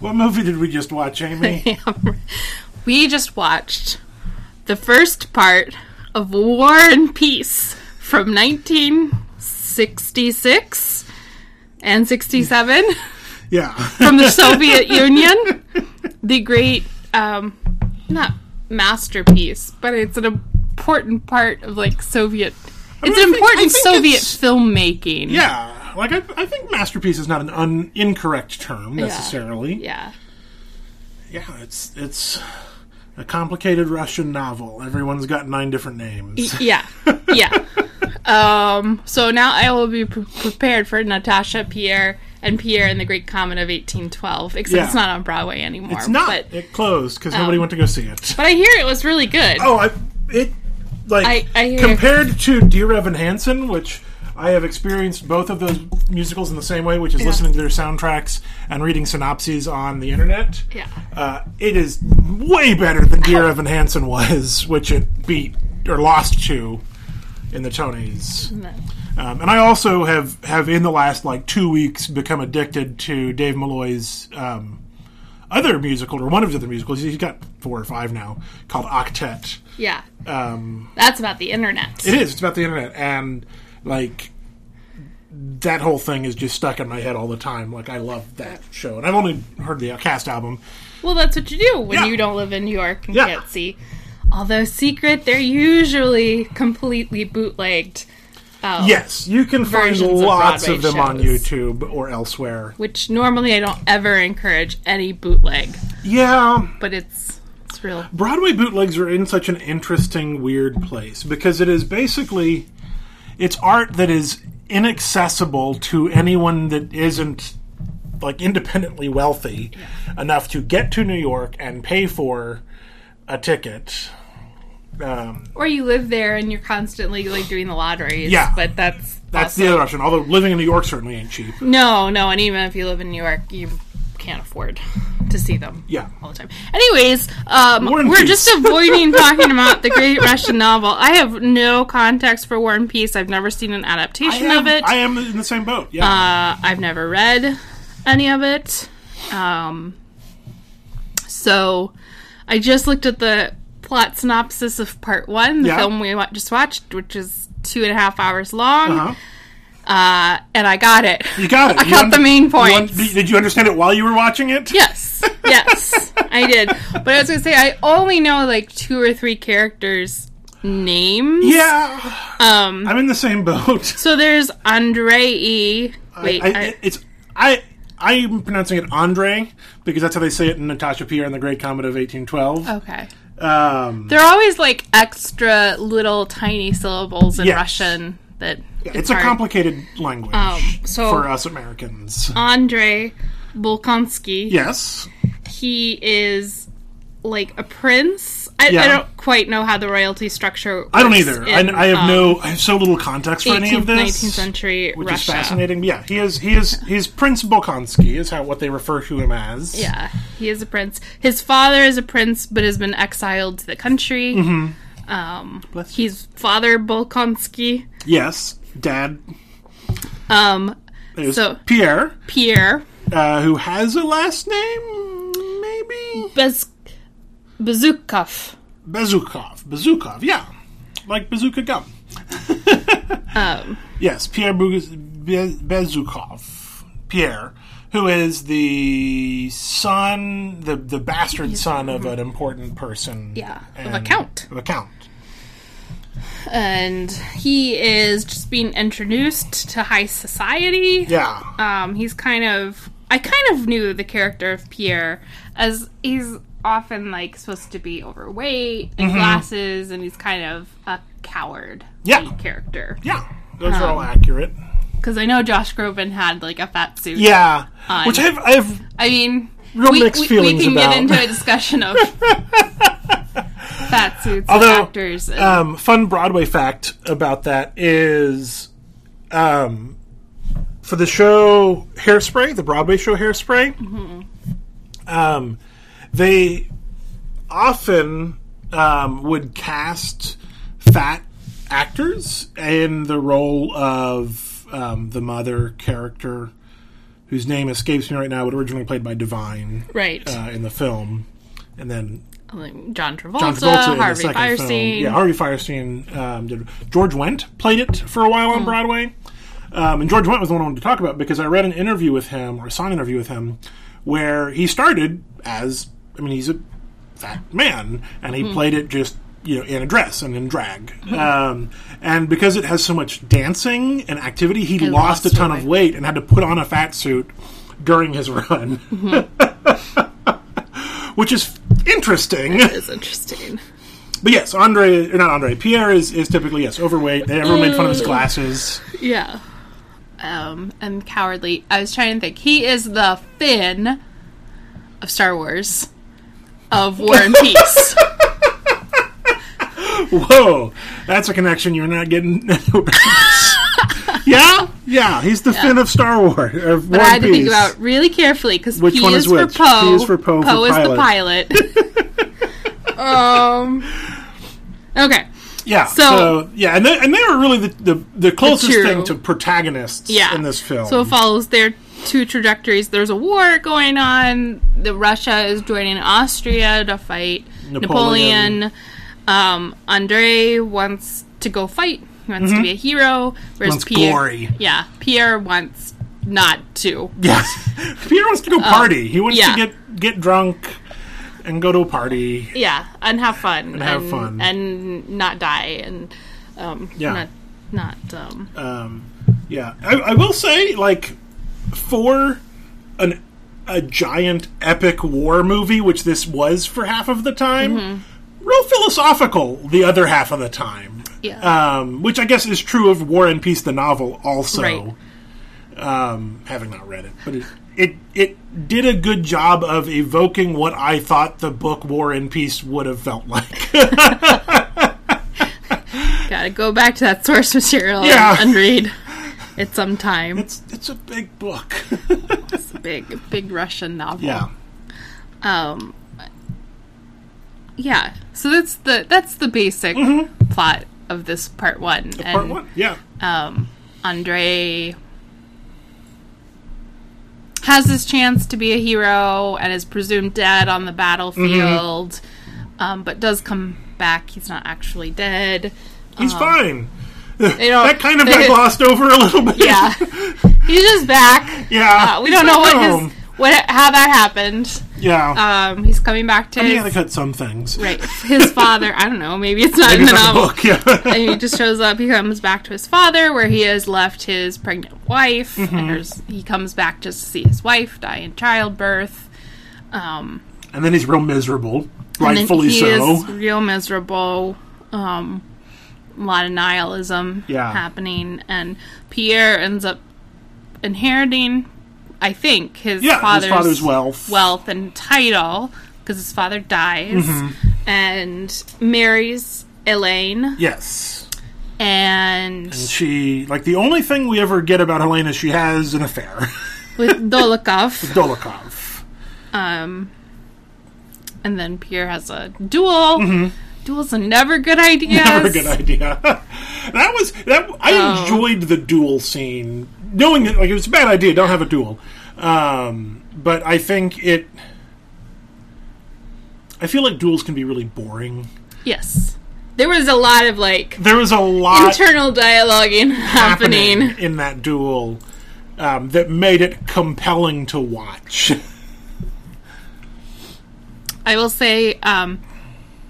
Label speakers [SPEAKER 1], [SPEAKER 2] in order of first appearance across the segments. [SPEAKER 1] What movie did we just watch, Amy?
[SPEAKER 2] We just watched the first part of War and Peace from 1966 and 67
[SPEAKER 1] yeah.
[SPEAKER 2] from the Soviet Union. The great, um, not masterpiece, but it's an important part of like Soviet. It's
[SPEAKER 1] I
[SPEAKER 2] an
[SPEAKER 1] think- I
[SPEAKER 2] important
[SPEAKER 1] think
[SPEAKER 2] Soviet
[SPEAKER 1] it's-
[SPEAKER 2] filmmaking.
[SPEAKER 1] Yeah, like I, I think masterpiece is not an un, incorrect term necessarily.
[SPEAKER 2] Yeah.
[SPEAKER 1] Yeah. it's it's a complicated Russian novel. Everyone's got nine different names.
[SPEAKER 2] yeah yeah um so now i will be pre- prepared for natasha pierre and pierre and the great comet of 1812 except
[SPEAKER 1] Yeah.
[SPEAKER 2] it's not on broadway anymore
[SPEAKER 1] It's not.
[SPEAKER 2] but, um,
[SPEAKER 1] it closed because nobody went to go see it.
[SPEAKER 2] but i hear it was really good
[SPEAKER 1] Oh, I it like
[SPEAKER 2] I- I hear-
[SPEAKER 1] compared to Dear Evan Hansen, which I have experienced both of those musicals in the same way, which is listening to their soundtracks and reading synopses on the internet.
[SPEAKER 2] Yeah.
[SPEAKER 1] uh, it is way better than Dear Evan Hansen was, which it beat or lost to in the Tonys. Um, and I also have have in the last like two weeks become addicted to Dave Malloy's um, other musical or one of his other musicals. He's got four or five now called Octet.
[SPEAKER 2] yeah um that's about the internet
[SPEAKER 1] It is. It's about the internet and like that whole thing is just stuck in my head all the time. Like I love that show, and I've only heard the cast album.
[SPEAKER 2] well that's what you do when
[SPEAKER 1] Yeah.
[SPEAKER 2] you don't live in new york and
[SPEAKER 1] Yeah.
[SPEAKER 2] can't see although secret they're usually completely bootlegged
[SPEAKER 1] Yes, you can find
[SPEAKER 2] Versions of
[SPEAKER 1] lots of,
[SPEAKER 2] Broadway
[SPEAKER 1] them on
[SPEAKER 2] shows.
[SPEAKER 1] YouTube or elsewhere.
[SPEAKER 2] which normally i don't ever encourage any bootleg
[SPEAKER 1] Yeah,
[SPEAKER 2] but it's it's real
[SPEAKER 1] Broadway bootlegs are in such an interesting, weird place because it is basically it's art that is inaccessible to anyone that isn't like independently wealthy enough to get to New York and pay for a ticket. Um,
[SPEAKER 2] Or you live there and you're constantly like doing the lotteries.
[SPEAKER 1] Yeah.
[SPEAKER 2] but that's
[SPEAKER 1] that's
[SPEAKER 2] also-
[SPEAKER 1] the other option. Although living in New York certainly ain't cheap.
[SPEAKER 2] no, no, and even if you live in New York, you can't afford to see them.
[SPEAKER 1] Yeah.
[SPEAKER 2] all the time. Anyways, um,
[SPEAKER 1] War and
[SPEAKER 2] we're
[SPEAKER 1] Peace.
[SPEAKER 2] just avoiding talking about the Great Russian Novel. I have no context for War and Peace. I've never seen an adaptation
[SPEAKER 1] I am,
[SPEAKER 2] of it.
[SPEAKER 1] I am in the same boat. Yeah,
[SPEAKER 2] Uh, I've never read any of it. Um, so I just looked at the plot synopsis of part one, the
[SPEAKER 1] Yeah.
[SPEAKER 2] film we wa- just watched, which is two and a half hours long.
[SPEAKER 1] Uh-huh.
[SPEAKER 2] uh and I got it.
[SPEAKER 1] you got it.
[SPEAKER 2] I
[SPEAKER 1] You
[SPEAKER 2] got
[SPEAKER 1] un-
[SPEAKER 2] the main
[SPEAKER 1] you un-
[SPEAKER 2] point.
[SPEAKER 1] did you understand it while you were watching it?
[SPEAKER 2] Yes, yes, I did. But I was going to say, I only know like two or three characters' names.
[SPEAKER 1] Yeah,
[SPEAKER 2] Um,
[SPEAKER 1] I'm in the same boat.
[SPEAKER 2] so there's Andre E. Wait,
[SPEAKER 1] I,
[SPEAKER 2] I-
[SPEAKER 1] it's I. I'm pronouncing it Andre because that's how they say it in Natasha Pierre and the Great Comet of 1812.
[SPEAKER 2] okay.
[SPEAKER 1] Um,
[SPEAKER 2] Oh. They're always like extra little tiny syllables in
[SPEAKER 1] Yes.
[SPEAKER 2] Russian that
[SPEAKER 1] it's a
[SPEAKER 2] hard.
[SPEAKER 1] complicated language
[SPEAKER 2] Um, so- Um,
[SPEAKER 1] for us Americans.
[SPEAKER 2] Andre Bolkonsky.
[SPEAKER 1] yes,
[SPEAKER 2] He is like a prince. I, I
[SPEAKER 1] Yeah.
[SPEAKER 2] don't quite know how the royalty structure. Works
[SPEAKER 1] I don't either. I,
[SPEAKER 2] in,
[SPEAKER 1] I have
[SPEAKER 2] um,
[SPEAKER 1] no. I have so little context for
[SPEAKER 2] 18th,
[SPEAKER 1] any of this.
[SPEAKER 2] 19th century
[SPEAKER 1] Which is
[SPEAKER 2] Russia.
[SPEAKER 1] fascinating. Yeah, he is. He is. He's Prince Bolkonsky. Is how what they refer to him as.
[SPEAKER 2] Yeah, he is a prince. His father is a prince, but has been exiled to the country. Um,
[SPEAKER 1] Mm-hmm. Bless you.
[SPEAKER 2] he's Father Bolkonsky.
[SPEAKER 1] Yes. Dad.
[SPEAKER 2] Um,
[SPEAKER 1] There's
[SPEAKER 2] So-
[SPEAKER 1] Pierre,
[SPEAKER 2] Pierre
[SPEAKER 1] uh, who has a last name, maybe.
[SPEAKER 2] Bez- Bezukov.
[SPEAKER 1] Bezukov. Bezukov, yeah. Like bazooka gum.
[SPEAKER 2] Um.
[SPEAKER 1] yes, Pierre Bugis- Be- Bezukov. Pierre, who is the son, the, the bastard son of an important person.
[SPEAKER 2] Mm-hmm. Yeah, of a
[SPEAKER 1] and-
[SPEAKER 2] count.
[SPEAKER 1] Of a count.
[SPEAKER 2] and he is just being introduced to high society.
[SPEAKER 1] Yeah.
[SPEAKER 2] Um, he's kind of I kind of knew the character of Pierre as he's often like supposed to be overweight
[SPEAKER 1] Mm-hmm.
[SPEAKER 2] and glasses and he's kind of a coward
[SPEAKER 1] Yeah.
[SPEAKER 2] character.
[SPEAKER 1] yeah. Those are
[SPEAKER 2] um,
[SPEAKER 1] all accurate.
[SPEAKER 2] Cuz I know Josh Groban had like a fat suit.
[SPEAKER 1] Yeah. Which I've, I've
[SPEAKER 2] I mean,
[SPEAKER 1] real
[SPEAKER 2] we,
[SPEAKER 1] mixed
[SPEAKER 2] we, we
[SPEAKER 1] feelings
[SPEAKER 2] can
[SPEAKER 1] about.
[SPEAKER 2] get into a discussion of fat suits
[SPEAKER 1] Although,
[SPEAKER 2] and actors. And,
[SPEAKER 1] um, fun Broadway fact about that is, um, for the show Hairspray, the Broadway show Hairspray, um, they often um, would cast fat actors in the role of um, the mother character whose name escapes me right now, but originally played by Divine
[SPEAKER 2] Right.
[SPEAKER 1] uh, in the film, and then
[SPEAKER 2] Like John Travolta,
[SPEAKER 1] John Travolta in the
[SPEAKER 2] Harvey
[SPEAKER 1] second
[SPEAKER 2] Firestein.
[SPEAKER 1] film. Yeah, Harvey Firestein um, did. George Wendt played it for a while
[SPEAKER 2] Mm.
[SPEAKER 1] on Broadway, um, and George Wendt was the one I wanted to talk about because I read an interview with him or saw an interview with him where he started as I mean he's a fat man and
[SPEAKER 2] Mm.
[SPEAKER 1] he played it just you know in a dress and in drag, um, and because it has so much dancing and activity, he lost,
[SPEAKER 2] lost
[SPEAKER 1] a ton
[SPEAKER 2] weight.
[SPEAKER 1] of weight and had to put on a fat suit during his run.
[SPEAKER 2] Mm-hmm.
[SPEAKER 1] Which is interesting.
[SPEAKER 2] It's interesting.
[SPEAKER 1] But yes, Andre, or not Andre, Pierre is, is typically, yes, overweight. They everyone made fun
[SPEAKER 2] Mm.
[SPEAKER 1] of his glasses.
[SPEAKER 2] Yeah. Um, and cowardly. I was trying to think. He is the Finn of Star Wars of War and Peace.
[SPEAKER 1] Whoa, that's a connection you're not getting. yeah? Yeah, he's the Finn of Star Wars. Of
[SPEAKER 2] But I had to think about really carefully because
[SPEAKER 1] Which
[SPEAKER 2] P
[SPEAKER 1] one
[SPEAKER 2] is,
[SPEAKER 1] is
[SPEAKER 2] for
[SPEAKER 1] which?
[SPEAKER 2] Poe.
[SPEAKER 1] P is for Poe, for
[SPEAKER 2] Poe is the pilot. um. Okay.
[SPEAKER 1] Yeah, so,
[SPEAKER 2] So-
[SPEAKER 1] yeah, and they, and they were really the, the, the closest
[SPEAKER 2] two.
[SPEAKER 1] thing to protagonists
[SPEAKER 2] Yeah.
[SPEAKER 1] in this film.
[SPEAKER 2] So it follows their two trajectories. There's a war going on. The Russia is joining Austria to fight Napoleon.
[SPEAKER 1] Napoleon.
[SPEAKER 2] Um, Andre wants to go fight. He wants to be a hero.
[SPEAKER 1] Mm-hmm.
[SPEAKER 2] Whereas
[SPEAKER 1] Wants
[SPEAKER 2] Pierre,
[SPEAKER 1] glory.
[SPEAKER 2] yeah, Pierre wants not to.
[SPEAKER 1] yeah. Pierre wants to go party. he wants
[SPEAKER 2] Oh. yeah.
[SPEAKER 1] to get, get drunk and go to a party.
[SPEAKER 2] Yeah, and have fun and
[SPEAKER 1] have fun.
[SPEAKER 2] and not die and um,
[SPEAKER 1] Yeah.
[SPEAKER 2] not not um,
[SPEAKER 1] Um, yeah, I, I will say, like, for an a giant epic war movie, which this was for half of the time,
[SPEAKER 2] Mm-hmm.
[SPEAKER 1] real philosophical the other half of the time.
[SPEAKER 2] yeah.
[SPEAKER 1] Um, which I guess is true of War and Peace, the novel, also.
[SPEAKER 2] Right.
[SPEAKER 1] Um, having not read it, but it, it it did a good job of evoking what I thought the book War and Peace would have felt like.
[SPEAKER 2] Gotta go back to that source material
[SPEAKER 1] Yeah.
[SPEAKER 2] and read it sometime.
[SPEAKER 1] it's it's a big book.
[SPEAKER 2] It's a big big Russian novel.
[SPEAKER 1] yeah.
[SPEAKER 2] um yeah so that's the that's the basic plot of this part one and
[SPEAKER 1] Mm-hmm. Part one. Yeah.
[SPEAKER 2] um andre has his chance to be a hero and is presumed dead on the battlefield
[SPEAKER 1] Mm-hmm.
[SPEAKER 2] um, but does come back he's not actually dead um,
[SPEAKER 1] He's fine.
[SPEAKER 2] don't-
[SPEAKER 1] that kind of got glossed over a little bit.
[SPEAKER 2] Uh, yeah he's just back
[SPEAKER 1] yeah.
[SPEAKER 2] uh, we don't know what
[SPEAKER 1] Um,
[SPEAKER 2] his what how that happened
[SPEAKER 1] Yeah.
[SPEAKER 2] um he's coming back to
[SPEAKER 1] you
[SPEAKER 2] his
[SPEAKER 1] gotta cut some things.
[SPEAKER 2] Right. His father, I don't know, maybe it's not in
[SPEAKER 1] It's
[SPEAKER 2] the
[SPEAKER 1] not the
[SPEAKER 2] novel.
[SPEAKER 1] book. Yeah.
[SPEAKER 2] And he just shows up, he comes back to his father where he has left his pregnant wife.
[SPEAKER 1] Mm-hmm.
[SPEAKER 2] And there's, he comes back just to see his wife die in childbirth. Um,
[SPEAKER 1] and then he's real miserable.
[SPEAKER 2] and then
[SPEAKER 1] Rightfully
[SPEAKER 2] he
[SPEAKER 1] so.
[SPEAKER 2] is real miserable. Um, a lot of nihilism
[SPEAKER 1] Yeah.
[SPEAKER 2] happening. And Pierre ends up inheriting, I think, his
[SPEAKER 1] yeah, his
[SPEAKER 2] father's,
[SPEAKER 1] father's wealth.
[SPEAKER 2] wealth and title because his father dies
[SPEAKER 1] Mm-hmm.
[SPEAKER 2] and marries Elaine
[SPEAKER 1] Yes.
[SPEAKER 2] and
[SPEAKER 1] She like the only thing we ever get about Helene is she has an affair.
[SPEAKER 2] with Dolokhov.
[SPEAKER 1] Dolokhov.
[SPEAKER 2] Um, and then Pierre has a duel. Duels are never good ideas.
[SPEAKER 1] Mm-hmm. Never a good idea. that was that. I
[SPEAKER 2] Oh.
[SPEAKER 1] enjoyed the duel scene, knowing that like it was a bad idea. Don't have a duel, um, but I think it. I feel like duels can be really boring.
[SPEAKER 2] Yes. There was a lot of like
[SPEAKER 1] There was a lot
[SPEAKER 2] internal dialoguing happening.
[SPEAKER 1] happening in that duel um, that made it compelling to watch.
[SPEAKER 2] I will say, um,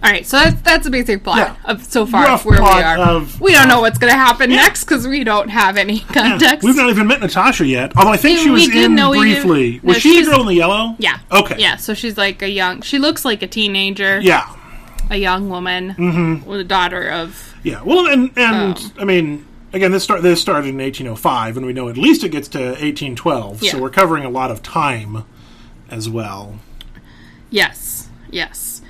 [SPEAKER 2] all right, so that's, that's the basic plot
[SPEAKER 1] Yeah.
[SPEAKER 2] of so far
[SPEAKER 1] Rough
[SPEAKER 2] of where we
[SPEAKER 1] plot
[SPEAKER 2] are.
[SPEAKER 1] of-
[SPEAKER 2] we don't know what's going to happen next because we don't have any context.
[SPEAKER 1] We've not even met Natasha yet, although I think
[SPEAKER 2] Yeah,
[SPEAKER 1] she was
[SPEAKER 2] we did
[SPEAKER 1] in
[SPEAKER 2] know we did-
[SPEAKER 1] briefly.
[SPEAKER 2] no,
[SPEAKER 1] was she
[SPEAKER 2] she's-
[SPEAKER 1] the girl in the yellow?
[SPEAKER 2] Yeah.
[SPEAKER 1] Okay.
[SPEAKER 2] Yeah. So she's like a young. She looks like a teenager.
[SPEAKER 1] Yeah.
[SPEAKER 2] A young woman mm-hmm. with a daughter of.
[SPEAKER 1] Yeah. Well, and and
[SPEAKER 2] Oh.
[SPEAKER 1] I mean, again, this start this started in 1805, and we know at least it gets to 1812,
[SPEAKER 2] Yeah.
[SPEAKER 1] so we're covering a lot of time as well.
[SPEAKER 2] Yes. Yes.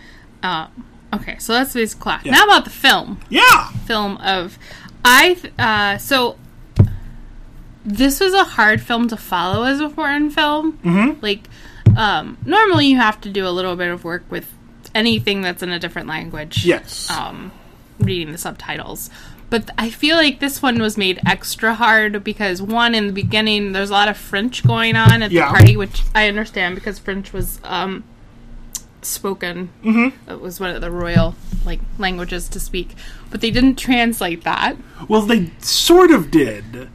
[SPEAKER 2] Um, okay. So that's this class. Now about the film.
[SPEAKER 1] Yeah.
[SPEAKER 2] Film of, I. th- Uh, so. This was a hard film to follow as a foreign film. Mm-hmm. Like, um, normally you have to do a little bit of work with anything that's in a different language.
[SPEAKER 1] Yes.
[SPEAKER 2] um, reading the subtitles. But th- I feel like this one was made extra hard because one in the beginning there's a lot of French going on at
[SPEAKER 1] Yeah.
[SPEAKER 2] the party, which I understand because French was um, spoken. Mm-hmm. It was one of the royal like languages to speak, but they didn't translate that.
[SPEAKER 1] Well, they sort of did.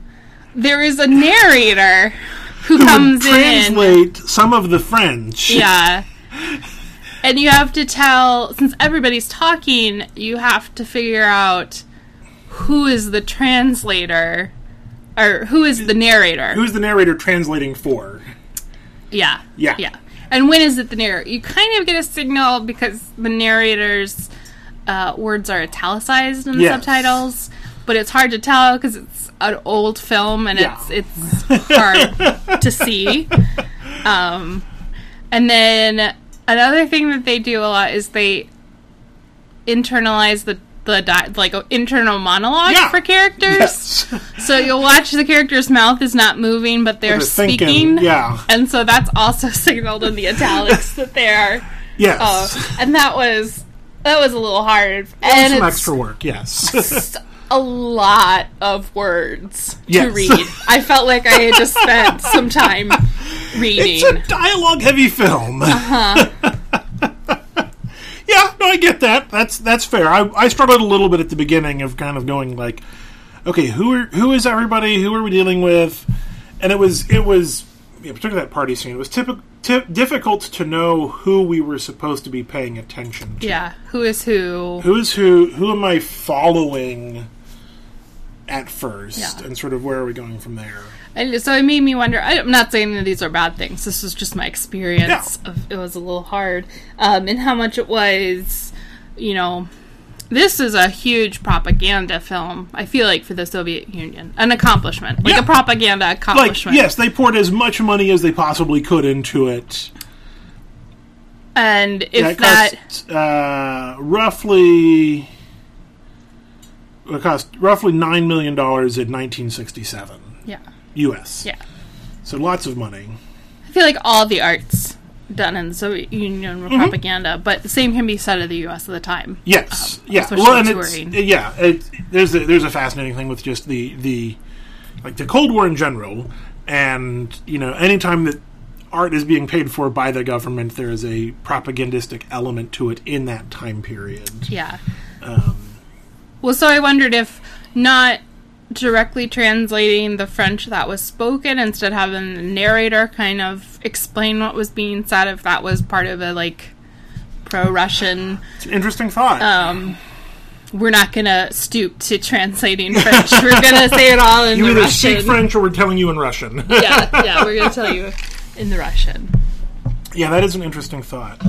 [SPEAKER 2] There is a narrator
[SPEAKER 1] Who
[SPEAKER 2] who
[SPEAKER 1] would
[SPEAKER 2] comes in.
[SPEAKER 1] translate some of the French.
[SPEAKER 2] Yeah. And you have to tell, since everybody's talking, you have to figure out who is the translator or who is the narrator.
[SPEAKER 1] Who's the narrator translating for?
[SPEAKER 2] Yeah.
[SPEAKER 1] Yeah.
[SPEAKER 2] Yeah. And when is it the narrator? You kind of get a signal because the narrator's uh, words are italicized in the
[SPEAKER 1] Yes.
[SPEAKER 2] subtitles, but it's hard to tell because it's an old film and
[SPEAKER 1] Yeah.
[SPEAKER 2] it's it's hard to see. Um, and then another thing that they do a lot is they internalize the the di- like uh, internal monologue
[SPEAKER 1] Yeah.
[SPEAKER 2] for characters.
[SPEAKER 1] Yes.
[SPEAKER 2] So you'll watch the character's mouth is not moving, but they're,
[SPEAKER 1] They're
[SPEAKER 2] speaking.
[SPEAKER 1] thinking, yeah.
[SPEAKER 2] And so that's also signaled in the italics that they are.
[SPEAKER 1] Yes.
[SPEAKER 2] Uh, and that was that was a little hard.
[SPEAKER 1] And
[SPEAKER 2] And
[SPEAKER 1] some
[SPEAKER 2] it's
[SPEAKER 1] extra work, yes.
[SPEAKER 2] just a lot of words to
[SPEAKER 1] Yes.
[SPEAKER 2] read. I felt like I had just spent some time
[SPEAKER 1] it's
[SPEAKER 2] reading.
[SPEAKER 1] a dialogue heavy film.
[SPEAKER 2] Uh-huh.
[SPEAKER 1] yeah, no, I get that. That's that's fair. I, I struggled a little bit at the beginning of kind of going like, okay, who are who is everybody? Who are we dealing with? And it was it was yeah, particularly that party scene. It was typical. difficult to know who we were supposed to be paying attention to.
[SPEAKER 2] yeah, who is who?
[SPEAKER 1] Who is who? Who am I following at first?
[SPEAKER 2] Yeah.
[SPEAKER 1] And sort of where are we going from there?
[SPEAKER 2] And so it made me wonder. I- I'm not saying that these are bad things. This was just my experience. Of, it was a little hard, um, and how much it was. You know, this is a huge propaganda film. I feel like for the Soviet Union, an accomplishment, like
[SPEAKER 1] Yeah.
[SPEAKER 2] a propaganda
[SPEAKER 1] like
[SPEAKER 2] accomplishment.
[SPEAKER 1] yes, they poured as much money as they possibly could into it.
[SPEAKER 2] And
[SPEAKER 1] That
[SPEAKER 2] if that,
[SPEAKER 1] cost uh, roughly it cost roughly nine million dollars in 1967
[SPEAKER 2] yeah,
[SPEAKER 1] U.S.
[SPEAKER 2] yeah,
[SPEAKER 1] So lots of money.
[SPEAKER 2] I feel like all the arts done in the Soviet Union were propaganda, but the same can be said of the U.S. at the time.
[SPEAKER 1] Yes, Mm-hmm. yeah.
[SPEAKER 2] Um, especially
[SPEAKER 1] Well, and it's,
[SPEAKER 2] touring.
[SPEAKER 1] yeah, it, there's a, there's a fascinating thing with just the the like the Cold War in general, and you know, anytime that art is being paid for by the government, there is a propagandistic element to it in that time period. Um,
[SPEAKER 2] Yeah. well, so I wondered if not directly translating the French that was spoken, instead having the narrator kind of explain what was being said, if that was part of a like pro Russian,
[SPEAKER 1] It's an interesting thought.
[SPEAKER 2] Um, we're not going to stoop to translating French. we're going to say it all in
[SPEAKER 1] you
[SPEAKER 2] the
[SPEAKER 1] either
[SPEAKER 2] Russian.
[SPEAKER 1] speak French or we're telling you in Russian.
[SPEAKER 2] yeah, yeah, we're going to tell you in the Russian.
[SPEAKER 1] Yeah, that is an interesting thought.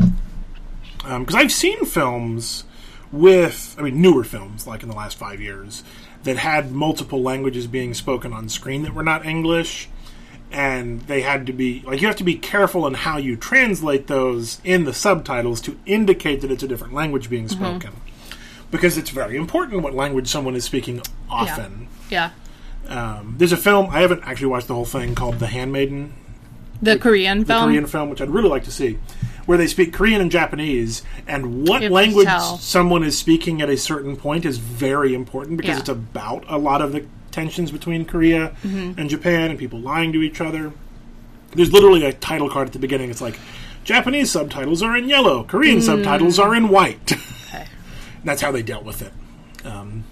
[SPEAKER 1] Because I've seen films with, I mean, newer films, like in the last five years, that had multiple languages being spoken on screen that were not English. And they had to be, like, you have to be careful in how you translate those in the subtitles to indicate that it's a different language being spoken. Because it's very important what language someone is speaking often.
[SPEAKER 2] Yeah.
[SPEAKER 1] Um, there's a film, I haven't actually watched the whole thing, called The Handmaiden
[SPEAKER 2] The Korean
[SPEAKER 1] the
[SPEAKER 2] film.
[SPEAKER 1] Korean film, which I'd really like to see, where they speak Korean and Japanese, and what
[SPEAKER 2] You have to
[SPEAKER 1] language
[SPEAKER 2] tell.
[SPEAKER 1] someone is speaking at a certain point is very important because
[SPEAKER 2] Yeah.
[SPEAKER 1] it's about a lot of the tensions between Korea
[SPEAKER 2] Mm-hmm.
[SPEAKER 1] and Japan and people lying to each other. There's literally a title card at the beginning. It's like Japanese subtitles are in yellow, Korean subtitles are in white.
[SPEAKER 2] Mm. Okay.
[SPEAKER 1] That's how they dealt with it. Um,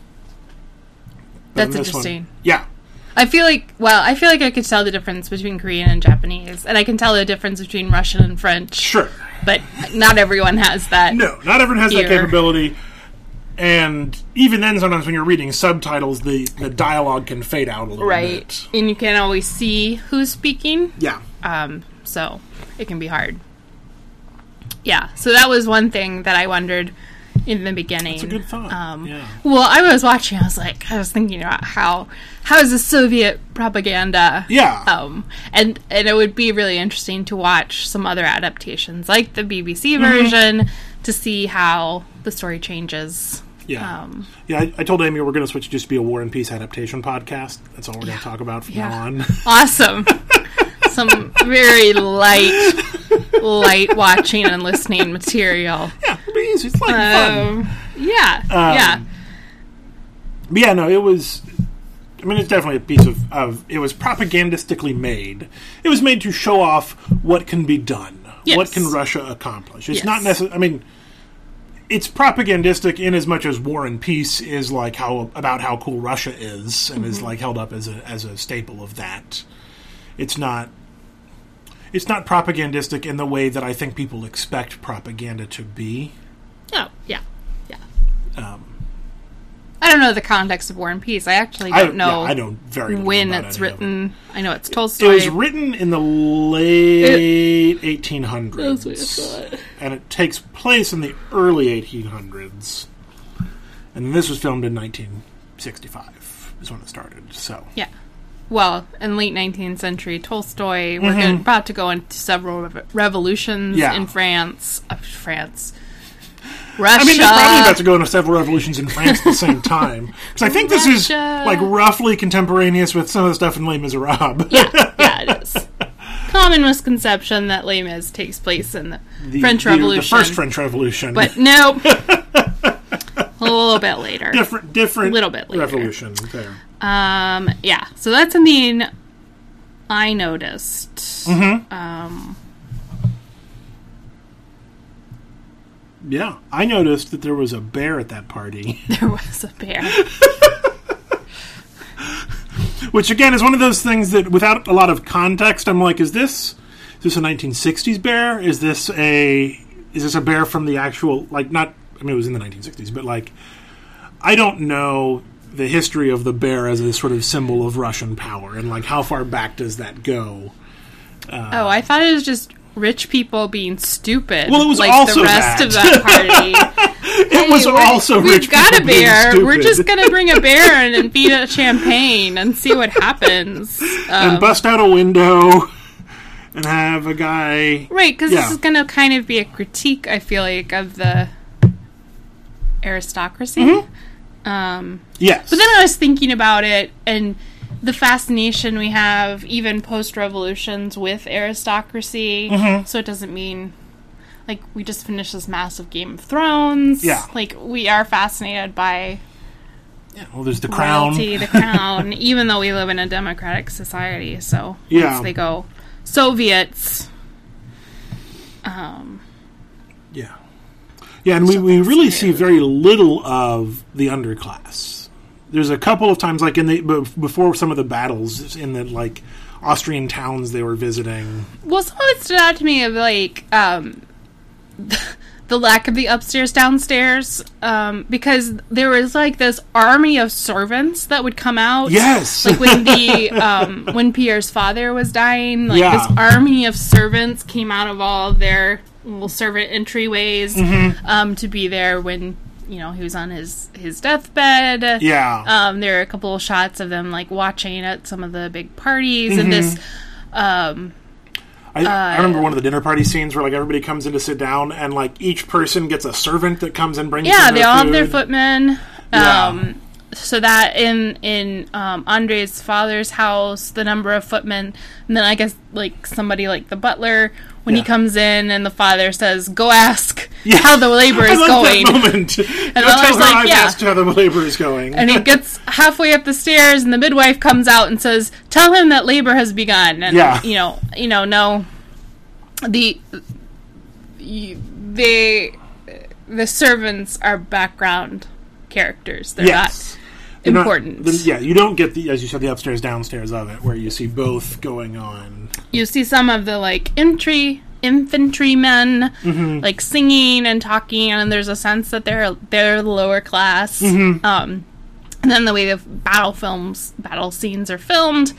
[SPEAKER 1] but in
[SPEAKER 2] That's
[SPEAKER 1] this one-
[SPEAKER 2] interesting.
[SPEAKER 1] yeah,
[SPEAKER 2] I feel like well, I feel like I could tell the difference between Korean and Japanese, and I can tell the difference between Russian and French.
[SPEAKER 1] sure.
[SPEAKER 2] but not everyone has that.
[SPEAKER 1] No, not everyone has that
[SPEAKER 2] Ear.
[SPEAKER 1] capability. And even then, sometimes when you're reading subtitles, the, the dialogue can fade out a little
[SPEAKER 2] right,
[SPEAKER 1] bit.
[SPEAKER 2] and you can't always see who's speaking,
[SPEAKER 1] Yeah.
[SPEAKER 2] um, so it can be hard. Yeah, so that was one thing that I wondered in the beginning.
[SPEAKER 1] It's a good thought.
[SPEAKER 2] Um,
[SPEAKER 1] yeah.
[SPEAKER 2] Well, I was watching. I was like, I was thinking about how how is the Soviet propaganda?
[SPEAKER 1] Yeah.
[SPEAKER 2] Um, and and it would be really interesting to watch some other adaptations, like the BBC
[SPEAKER 1] Mm-hmm.
[SPEAKER 2] version, to see how the story changes.
[SPEAKER 1] Yeah.
[SPEAKER 2] um,
[SPEAKER 1] yeah, I, I told Amy we're going to switch to just be a War and Peace adaptation podcast. That's all we're going to talk about from
[SPEAKER 2] Yeah.
[SPEAKER 1] now on.
[SPEAKER 2] Awesome. some very light, light watching and listening material.
[SPEAKER 1] yeah, it'll be easy. It's like fun.
[SPEAKER 2] Um, yeah, yeah.
[SPEAKER 1] But yeah, no, it was. I mean, it's definitely a piece of, of. It was propagandistically made. It was made to show off what can be done.
[SPEAKER 2] Yes.
[SPEAKER 1] What can Russia accomplish? It's not
[SPEAKER 2] Yes.
[SPEAKER 1] necessarily. I mean, it's propagandistic in as much as War and Peace is like how about how cool Russia is, and
[SPEAKER 2] Mm-hmm.
[SPEAKER 1] is like held up as a as a staple of that. It's not. It's not propagandistic in the way that I think people expect propaganda to be.
[SPEAKER 2] Oh, yeah. Yeah.
[SPEAKER 1] um,
[SPEAKER 2] I don't know the context of War and Peace. I actually
[SPEAKER 1] I
[SPEAKER 2] don't know
[SPEAKER 1] yeah, I don't very little
[SPEAKER 2] when
[SPEAKER 1] about
[SPEAKER 2] it's
[SPEAKER 1] any of it.
[SPEAKER 2] written. I know it's Tolstoy.
[SPEAKER 1] It was written in the late 1800s.
[SPEAKER 2] That's what I thought.
[SPEAKER 1] And it takes place in the early 1800s. And this was filmed in 1965 is when it started. So,
[SPEAKER 2] yeah. Well, in late 19th century, Tolstoy, we're going, about to go into several rev- revolutions
[SPEAKER 1] Mm-hmm. Yeah.
[SPEAKER 2] in France. Uh, France. Russia.
[SPEAKER 1] I mean, they're probably about to go into several revolutions in France at the same time. Because I think this is
[SPEAKER 2] Russia.
[SPEAKER 1] like roughly contemporaneous with some of the stuff in Les Miserables.
[SPEAKER 2] yeah, it is. Common misconception that Les Mis takes place in the,
[SPEAKER 1] The-
[SPEAKER 2] French
[SPEAKER 1] the-
[SPEAKER 2] Revolution.
[SPEAKER 1] The first French Revolution.
[SPEAKER 2] But nope. a little bit later.
[SPEAKER 1] different, different
[SPEAKER 2] Little bit later.
[SPEAKER 1] revolution there.
[SPEAKER 2] Um, yeah. So that's something I noticed.
[SPEAKER 1] Mm-hmm. Yeah, I noticed that there was a bear at that party.
[SPEAKER 2] There was a bear.
[SPEAKER 1] which again is one of those things that without a lot of context i'm like is this is this a 1960s bear is this a is this a bear from the actual like not i mean it was in the 1960s but like i don't know the history of the bear as a sort of symbol of russian power and like how far back does that go
[SPEAKER 2] Oh, I thought it was just rich people being stupid.
[SPEAKER 1] Well, it was
[SPEAKER 2] like
[SPEAKER 1] also
[SPEAKER 2] the rest of
[SPEAKER 1] that.
[SPEAKER 2] that party.
[SPEAKER 1] it was also
[SPEAKER 2] we've
[SPEAKER 1] rich
[SPEAKER 2] got a
[SPEAKER 1] people being
[SPEAKER 2] bear. We're
[SPEAKER 1] stupid.
[SPEAKER 2] just gonna bring a bear in and feed it champagne and see what happens.
[SPEAKER 1] and bust out a window and have a guy
[SPEAKER 2] Right, because
[SPEAKER 1] Yeah.
[SPEAKER 2] this is going to kind of be a critique, I feel like, of the aristocracy.
[SPEAKER 1] Mm-hmm.
[SPEAKER 2] Um,
[SPEAKER 1] yes
[SPEAKER 2] but then I was thinking about it and the fascination we have, even post revolutions, with aristocracy.
[SPEAKER 1] Mm-hmm.
[SPEAKER 2] So it doesn't mean. Like we just finished this massive Game of Thrones.
[SPEAKER 1] Yeah.
[SPEAKER 2] Like we are fascinated by
[SPEAKER 1] well there's the crown
[SPEAKER 2] royalty, the crown, even though we live in a democratic society. So
[SPEAKER 1] Yeah.
[SPEAKER 2] once they go Soviets, um,
[SPEAKER 1] Yeah. Yeah, and we, we really see very little of the underclass. There's a couple of times, like in the be- before some of the battles in the like Austrian towns they were visiting.
[SPEAKER 2] Well, some of it stood out to me of like um, the lack of the upstairs downstairs um, because there was like this army of servants that would come out.
[SPEAKER 1] Yes,
[SPEAKER 2] Like when the um, when Pierre's father was dying, like
[SPEAKER 1] Yeah.
[SPEAKER 2] this army of servants came out of all of their little servant entryways
[SPEAKER 1] Mm-hmm.
[SPEAKER 2] um, to be there when you know he was on his his deathbed.
[SPEAKER 1] yeah,
[SPEAKER 2] Um, there are a couple of shots of them like watching at some of the big parties and this.
[SPEAKER 1] Mm-hmm.
[SPEAKER 2] Um,
[SPEAKER 1] I,
[SPEAKER 2] uh,
[SPEAKER 1] I remember one of the dinner party scenes where like everybody comes in to sit down, and like each person gets a servant that comes and brings.
[SPEAKER 2] Yeah,
[SPEAKER 1] them
[SPEAKER 2] they
[SPEAKER 1] their
[SPEAKER 2] all have their
[SPEAKER 1] food.
[SPEAKER 2] footmen. Um,
[SPEAKER 1] Yeah.
[SPEAKER 2] So that in in um, Andre's father's house, the number of footmen, and then I guess like somebody like the butler when
[SPEAKER 1] Yeah.
[SPEAKER 2] he comes in and the father says, "Go ask
[SPEAKER 1] Yeah.
[SPEAKER 2] how the labor
[SPEAKER 1] I
[SPEAKER 2] is
[SPEAKER 1] love
[SPEAKER 2] going,"
[SPEAKER 1] that moment. And tell
[SPEAKER 2] Elaine's
[SPEAKER 1] her
[SPEAKER 2] like,
[SPEAKER 1] I've
[SPEAKER 2] yeah.
[SPEAKER 1] asked how the labor is going.
[SPEAKER 2] and he gets halfway up the stairs, and the midwife comes out and says, "Tell him that labor has begun," and
[SPEAKER 1] Yeah.
[SPEAKER 2] you know, you know, no, the you- they the servants are background characters; they're not
[SPEAKER 1] yes. They're not-
[SPEAKER 2] important.
[SPEAKER 1] then- yeah, you don't get the as you said the upstairs downstairs of it where you see both going on.
[SPEAKER 2] You see some of the like infantry infantrymen
[SPEAKER 1] Mm-hmm.
[SPEAKER 2] like singing and talking, and there's a sense that they're they're the lower class.
[SPEAKER 1] Mm-hmm.
[SPEAKER 2] Um, and then the way the battle films battle scenes are filmed,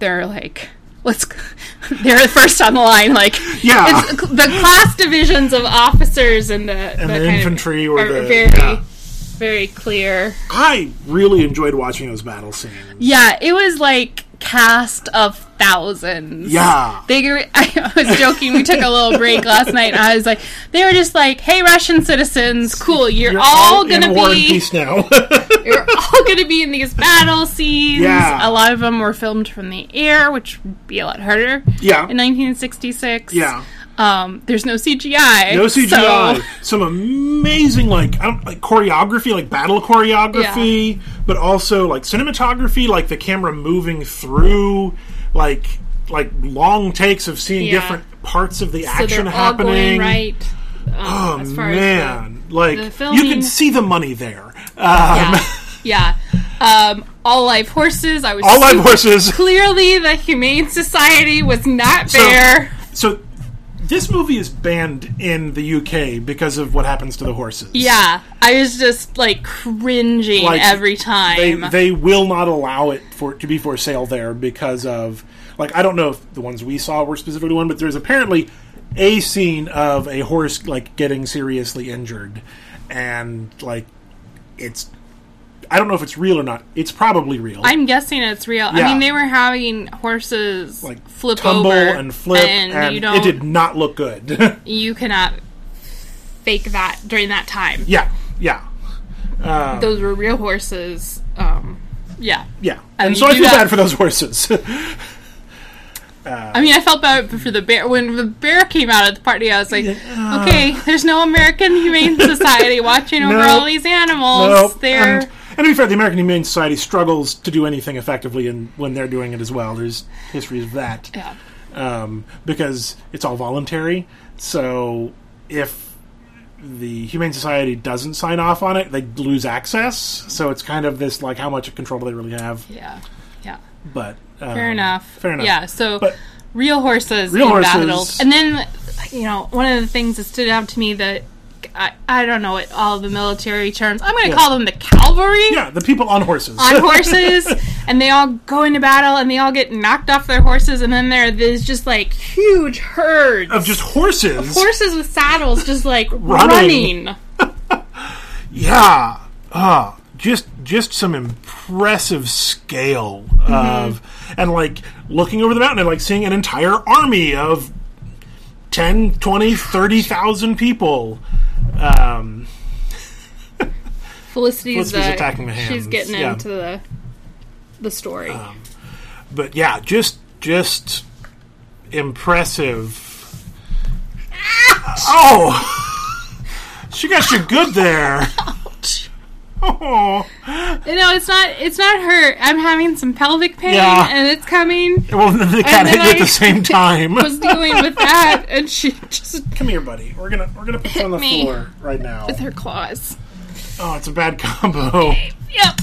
[SPEAKER 2] they're like. Let's. They're first on the line. Like,
[SPEAKER 1] Yeah.
[SPEAKER 2] it's the class divisions of officers and the, and
[SPEAKER 1] the infantry or the-
[SPEAKER 2] very,
[SPEAKER 1] yeah.
[SPEAKER 2] very clear.
[SPEAKER 1] I really enjoyed watching those battle scenes.
[SPEAKER 2] Yeah, it was like cast of thousands.
[SPEAKER 1] Yeah.
[SPEAKER 2] They were- I was joking. We took a little break last night. And I was like, they were just like, "Hey, Russian citizens, cool. You're, all,
[SPEAKER 1] in
[SPEAKER 2] gonna
[SPEAKER 1] War and
[SPEAKER 2] be,
[SPEAKER 1] Peace now.
[SPEAKER 2] you're all gonna be in these battle scenes."
[SPEAKER 1] Yeah.
[SPEAKER 2] A lot of them were filmed from the air, which would be a lot harder
[SPEAKER 1] yeah.
[SPEAKER 2] in 1966.
[SPEAKER 1] yeah.
[SPEAKER 2] Um, there's no CGI.
[SPEAKER 1] No CGI.
[SPEAKER 2] so-
[SPEAKER 1] Some amazing like I don't like choreography, like battle choreography, but also like cinematography, like the camera moving through, like like long takes of seeing
[SPEAKER 2] Yeah.
[SPEAKER 1] different parts of the
[SPEAKER 2] so
[SPEAKER 1] action
[SPEAKER 2] they're all
[SPEAKER 1] happening.
[SPEAKER 2] going right.
[SPEAKER 1] Oh
[SPEAKER 2] Um, as far As the,
[SPEAKER 1] man, like
[SPEAKER 2] the
[SPEAKER 1] you
[SPEAKER 2] filming-
[SPEAKER 1] can see the money there.
[SPEAKER 2] yeah, yeah. Um, all live horses. I was
[SPEAKER 1] All live
[SPEAKER 2] super-
[SPEAKER 1] horses.
[SPEAKER 2] Clearly, the Humane Society was not
[SPEAKER 1] So-
[SPEAKER 2] fair.
[SPEAKER 1] So this movie is banned in the UK because of what happens to the horses.
[SPEAKER 2] yeah, I was just like cringing
[SPEAKER 1] Like, They,
[SPEAKER 2] every time.
[SPEAKER 1] they will not allow it for to be for sale there because of like I don't know if the ones we saw were specifically one, but there's apparently a scene of a horse like getting seriously injured, and like it's I don't know if it's real or not. It's probably real.
[SPEAKER 2] I'm guessing it's real. I
[SPEAKER 1] Yeah.
[SPEAKER 2] mean, they were having horses
[SPEAKER 1] like
[SPEAKER 2] flip
[SPEAKER 1] tumble
[SPEAKER 2] over
[SPEAKER 1] and flip,
[SPEAKER 2] and,
[SPEAKER 1] and,
[SPEAKER 2] you don't.
[SPEAKER 1] it did not look good.
[SPEAKER 2] You cannot fake that during that time.
[SPEAKER 1] yeah, yeah,
[SPEAKER 2] Those were real horses. Um, yeah.
[SPEAKER 1] yeah.
[SPEAKER 2] I
[SPEAKER 1] And
[SPEAKER 2] mean,
[SPEAKER 1] so I
[SPEAKER 2] you
[SPEAKER 1] feel
[SPEAKER 2] got-
[SPEAKER 1] bad for those horses.
[SPEAKER 2] I mean, I felt bad for the bear. When the bear came out at the party, I was like, okay, there's no American Humane Society watching over
[SPEAKER 1] No.
[SPEAKER 2] all these animals.
[SPEAKER 1] Nope.
[SPEAKER 2] They're.
[SPEAKER 1] And, and to be fair, the American Humane Society struggles to do anything effectively in, when they're doing it as well. There's histories of that.
[SPEAKER 2] yeah.
[SPEAKER 1] Um, because it's all voluntary. So if the Humane Society doesn't sign off on it, they lose access. So it's kind of this like how much control do they really have.
[SPEAKER 2] Yeah. Yeah.
[SPEAKER 1] But um,
[SPEAKER 2] Fair enough.
[SPEAKER 1] Fair enough.
[SPEAKER 2] Yeah. So
[SPEAKER 1] But-
[SPEAKER 2] real horses,
[SPEAKER 1] Real
[SPEAKER 2] in
[SPEAKER 1] horses.
[SPEAKER 2] battles, and then you know one of the things that stood out to me that I, I don't know what all the military terms. I'm going to
[SPEAKER 1] Yeah.
[SPEAKER 2] call them the cavalry
[SPEAKER 1] Yeah, the people on horses.
[SPEAKER 2] on horses, and they all go into battle and they all get knocked off their horses, and then there there's just like huge herds
[SPEAKER 1] of just horses.
[SPEAKER 2] horses with saddles just like running.
[SPEAKER 1] Running. Yeah. Ah, just just some impressive scale of
[SPEAKER 2] Mm-hmm.
[SPEAKER 1] and like looking over the mountain and like seeing an entire army of 10, 20, 30,000 people. Um,
[SPEAKER 2] Felicity's,
[SPEAKER 1] Felicity's
[SPEAKER 2] uh,
[SPEAKER 1] attacking the
[SPEAKER 2] She's
[SPEAKER 1] hands,
[SPEAKER 2] getting
[SPEAKER 1] yeah.
[SPEAKER 2] into the the story.
[SPEAKER 1] but yeah, just just impressive. Oh. She got you good there. Oh.
[SPEAKER 2] No, it's not. It's not her. I'm having some pelvic pain,
[SPEAKER 1] Yeah.
[SPEAKER 2] and it's coming.
[SPEAKER 1] Well, then the cat
[SPEAKER 2] And
[SPEAKER 1] hit
[SPEAKER 2] then
[SPEAKER 1] you at
[SPEAKER 2] I-
[SPEAKER 1] the same time.
[SPEAKER 2] I was dealing with that, and she just
[SPEAKER 1] Come here, buddy. We're gonna we're gonna put you on the
[SPEAKER 2] me.
[SPEAKER 1] floor right now.
[SPEAKER 2] her claws.
[SPEAKER 1] Oh, it's a bad combo.
[SPEAKER 2] Yep.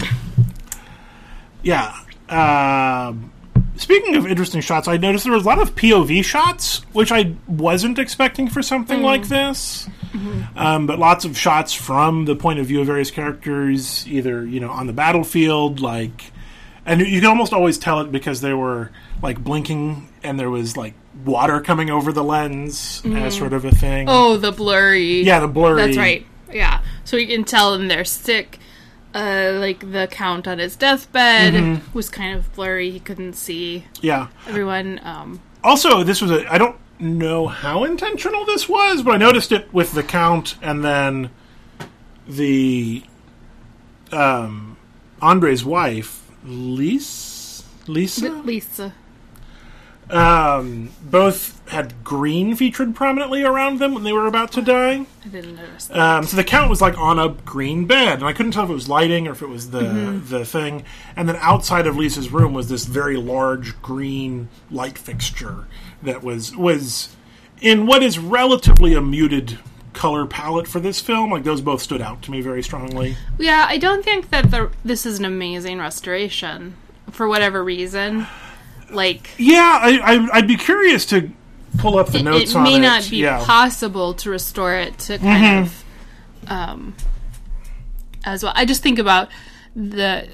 [SPEAKER 1] Yeah. Um speaking of interesting shots, I noticed there was a lot of POV shots, which I wasn't expecting for something
[SPEAKER 2] Mm.
[SPEAKER 1] like this.
[SPEAKER 2] Mm-hmm.
[SPEAKER 1] Um, but lots of shots from the point of view of various characters, either you know on the battlefield, like, and you can almost always tell it because they were like blinking and there was like water coming over the lens as sort of a thing.
[SPEAKER 2] Mm-hmm. Oh, the blurry.
[SPEAKER 1] yeah, the blurry.
[SPEAKER 2] That's right. Yeah. So you can tell them they're sick. Uh, like the count on his deathbed
[SPEAKER 1] Mm-hmm.
[SPEAKER 2] was kind of blurry. He couldn't see
[SPEAKER 1] Yeah.
[SPEAKER 2] everyone. Um,
[SPEAKER 1] Also, this was a. I don't know how intentional this was, but I noticed it with the count and then the um, Andre's wife, Lise, Lisa.
[SPEAKER 2] Lisa.
[SPEAKER 1] Um, both had green featured prominently around them when they were about to die.
[SPEAKER 2] I didn't notice. That.
[SPEAKER 1] Um, so the count was like on a green bed, and I couldn't tell if it was lighting or if it was the
[SPEAKER 2] Mm-hmm.
[SPEAKER 1] the thing. And then outside of Lisa's room was this very large green light fixture that was was in what is relatively a muted color palette for this film. Like those both stood out to me very strongly.
[SPEAKER 2] Yeah, I don't think that the this is an amazing restoration for whatever reason. Like
[SPEAKER 1] Yeah, I, I I'd be curious to pull up the notes
[SPEAKER 2] it
[SPEAKER 1] on
[SPEAKER 2] may
[SPEAKER 1] it.
[SPEAKER 2] not be
[SPEAKER 1] yeah.
[SPEAKER 2] possible to restore it to kind of um, as well. I just think about the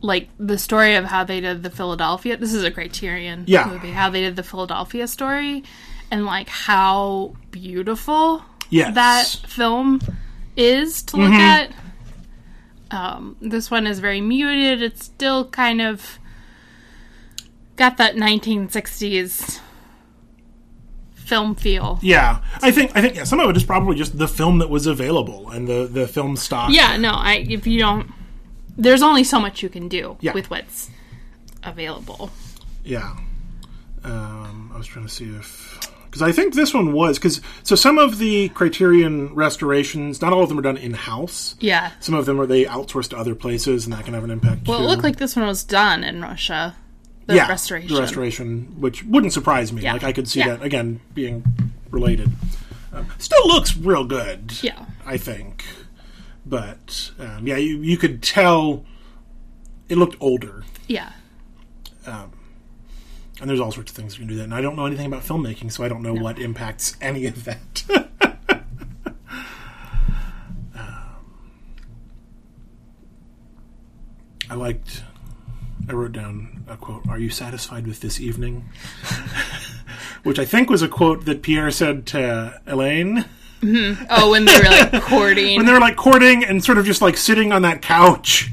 [SPEAKER 2] like the story of how they did the Philadelphia. This is a Criterion
[SPEAKER 1] Yeah.
[SPEAKER 2] movie. How they did the Philadelphia story, and like how beautiful
[SPEAKER 1] Yes.
[SPEAKER 2] that film is to look at. Um, this one is very muted. It's still kind of got that 1960s film feel.
[SPEAKER 1] yeah, I think I think yeah, some of it is probably just the film that was available and the the film stock.
[SPEAKER 2] Yeah, no, I if you don't there's only so much you can do
[SPEAKER 1] Yeah.
[SPEAKER 2] with what's available.
[SPEAKER 1] Yeah. Um, I was trying to see if. because I think this one was because so some of the Criterion restorations, not all of them are done in house.
[SPEAKER 2] Yeah.
[SPEAKER 1] Some of them are they outsourced to other places, and that can have an impact.
[SPEAKER 2] Well,
[SPEAKER 1] too.
[SPEAKER 2] it looked like this one was done in Russia. The restoration.
[SPEAKER 1] The restoration, which wouldn't surprise me.
[SPEAKER 2] Yeah.
[SPEAKER 1] Like I could see
[SPEAKER 2] Yeah.
[SPEAKER 1] that again being related. Um, still looks real good.
[SPEAKER 2] Yeah.
[SPEAKER 1] I think. But um, yeah, you, you could tell it looked older,
[SPEAKER 2] Yeah.
[SPEAKER 1] and there's all sorts of things you can do that. And I don't know anything about filmmaking, so I don't know what impacts any of that. Um, I liked. I wrote down a quote: "Are you satisfied with this evening?" Which I think was a quote that Pierre said to Elaine.
[SPEAKER 2] Oh, when they were like courting.
[SPEAKER 1] And they were like courting and sort of just like sitting on that couch.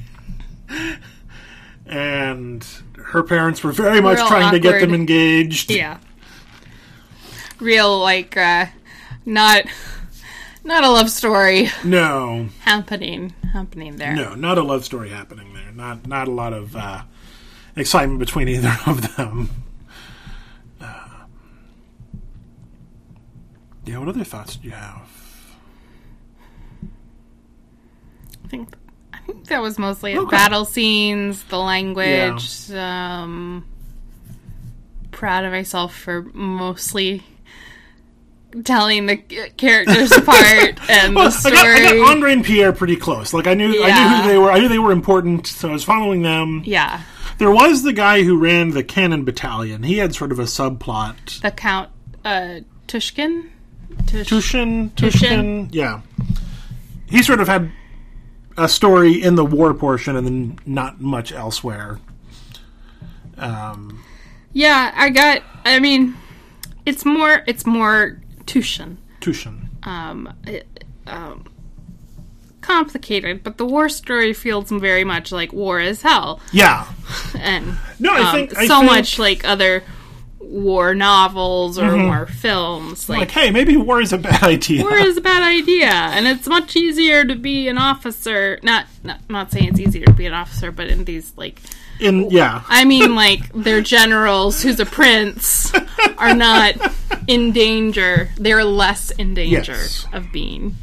[SPEAKER 1] And her parents were very much
[SPEAKER 2] Real
[SPEAKER 1] trying to get
[SPEAKER 2] awkward.
[SPEAKER 1] them engaged.
[SPEAKER 2] yeah. Real like uh not not a love story
[SPEAKER 1] No,
[SPEAKER 2] happening happening there.
[SPEAKER 1] no, not a love story happening there. Not not a lot of uh, excitement between either of them. Uh, yeah, what other thoughts do you have?
[SPEAKER 2] I think I think that was mostly it.
[SPEAKER 1] Okay.
[SPEAKER 2] battle scenes, the language. Um, proud of myself for mostly telling the c- characters apart and the
[SPEAKER 1] I
[SPEAKER 2] story.
[SPEAKER 1] got, I got Andre and Pierre pretty close. Like I knew, I knew
[SPEAKER 2] Yeah.
[SPEAKER 1] who they were. I knew they were important, so I was following them.
[SPEAKER 2] yeah,
[SPEAKER 1] There was the guy who ran the cannon battalion. He had sort of a subplot.
[SPEAKER 2] the count uh, Tushkin. Tush-
[SPEAKER 1] Tushin,
[SPEAKER 2] Tushin.
[SPEAKER 1] Tushin, yeah. He sort of had a story in the war portion, and then not much elsewhere. Um,
[SPEAKER 2] yeah, I got. I mean, it's more. It's more Tushin.
[SPEAKER 1] Tushin,
[SPEAKER 2] um, it- um, complicated, but the war story feels very much like war is hell,
[SPEAKER 1] yeah.
[SPEAKER 2] and
[SPEAKER 1] No, I
[SPEAKER 2] um,
[SPEAKER 1] think I
[SPEAKER 2] so
[SPEAKER 1] think,
[SPEAKER 2] much like other war novels or war films.
[SPEAKER 1] Mm-hmm. Like,
[SPEAKER 2] Like,
[SPEAKER 1] hey, maybe war is a bad idea.
[SPEAKER 2] war is a bad idea, and it's much easier to be an officer. Not, not, not saying it's easier to be an officer, but in these like,
[SPEAKER 1] in yeah,
[SPEAKER 2] I mean, like their generals, who's a prince, are not in danger. They're less in danger
[SPEAKER 1] Yes.
[SPEAKER 2] of being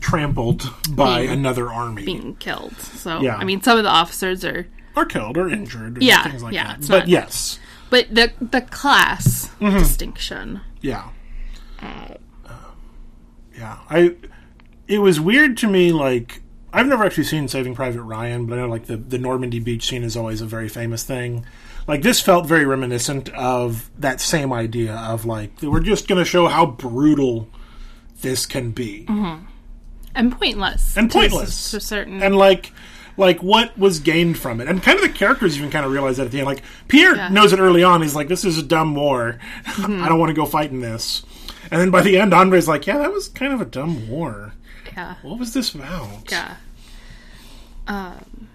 [SPEAKER 1] trampled by
[SPEAKER 2] Being-
[SPEAKER 1] another army,
[SPEAKER 2] being killed. So
[SPEAKER 1] Yeah.
[SPEAKER 2] I mean, some of the officers are,
[SPEAKER 1] or killed, or injured, or
[SPEAKER 2] Yeah,
[SPEAKER 1] things like
[SPEAKER 2] yeah,
[SPEAKER 1] that.
[SPEAKER 2] it's
[SPEAKER 1] But
[SPEAKER 2] not-
[SPEAKER 1] yes,
[SPEAKER 2] but the the class
[SPEAKER 1] Mm-hmm.
[SPEAKER 2] distinction.
[SPEAKER 1] Yeah. Um, yeah. I. It was weird to me. Like I've never actually seen Saving Private Ryan, but I know like the the Normandy beach scene is always a very famous thing. Like this felt very reminiscent of that same idea of like we're just going to show how brutal this can be
[SPEAKER 2] And pointless.
[SPEAKER 1] and
[SPEAKER 2] to s-
[SPEAKER 1] pointless
[SPEAKER 2] To, certain.
[SPEAKER 1] and like like what was gained from it and kind of the characters even kind of realize that at the end like pierre knows it early on he's like this is a dumb war i don't want to go fight in this and then by the end andre's like yeah that was kind of a dumb war
[SPEAKER 2] yeah.
[SPEAKER 1] what was this about
[SPEAKER 2] Yeah. Um,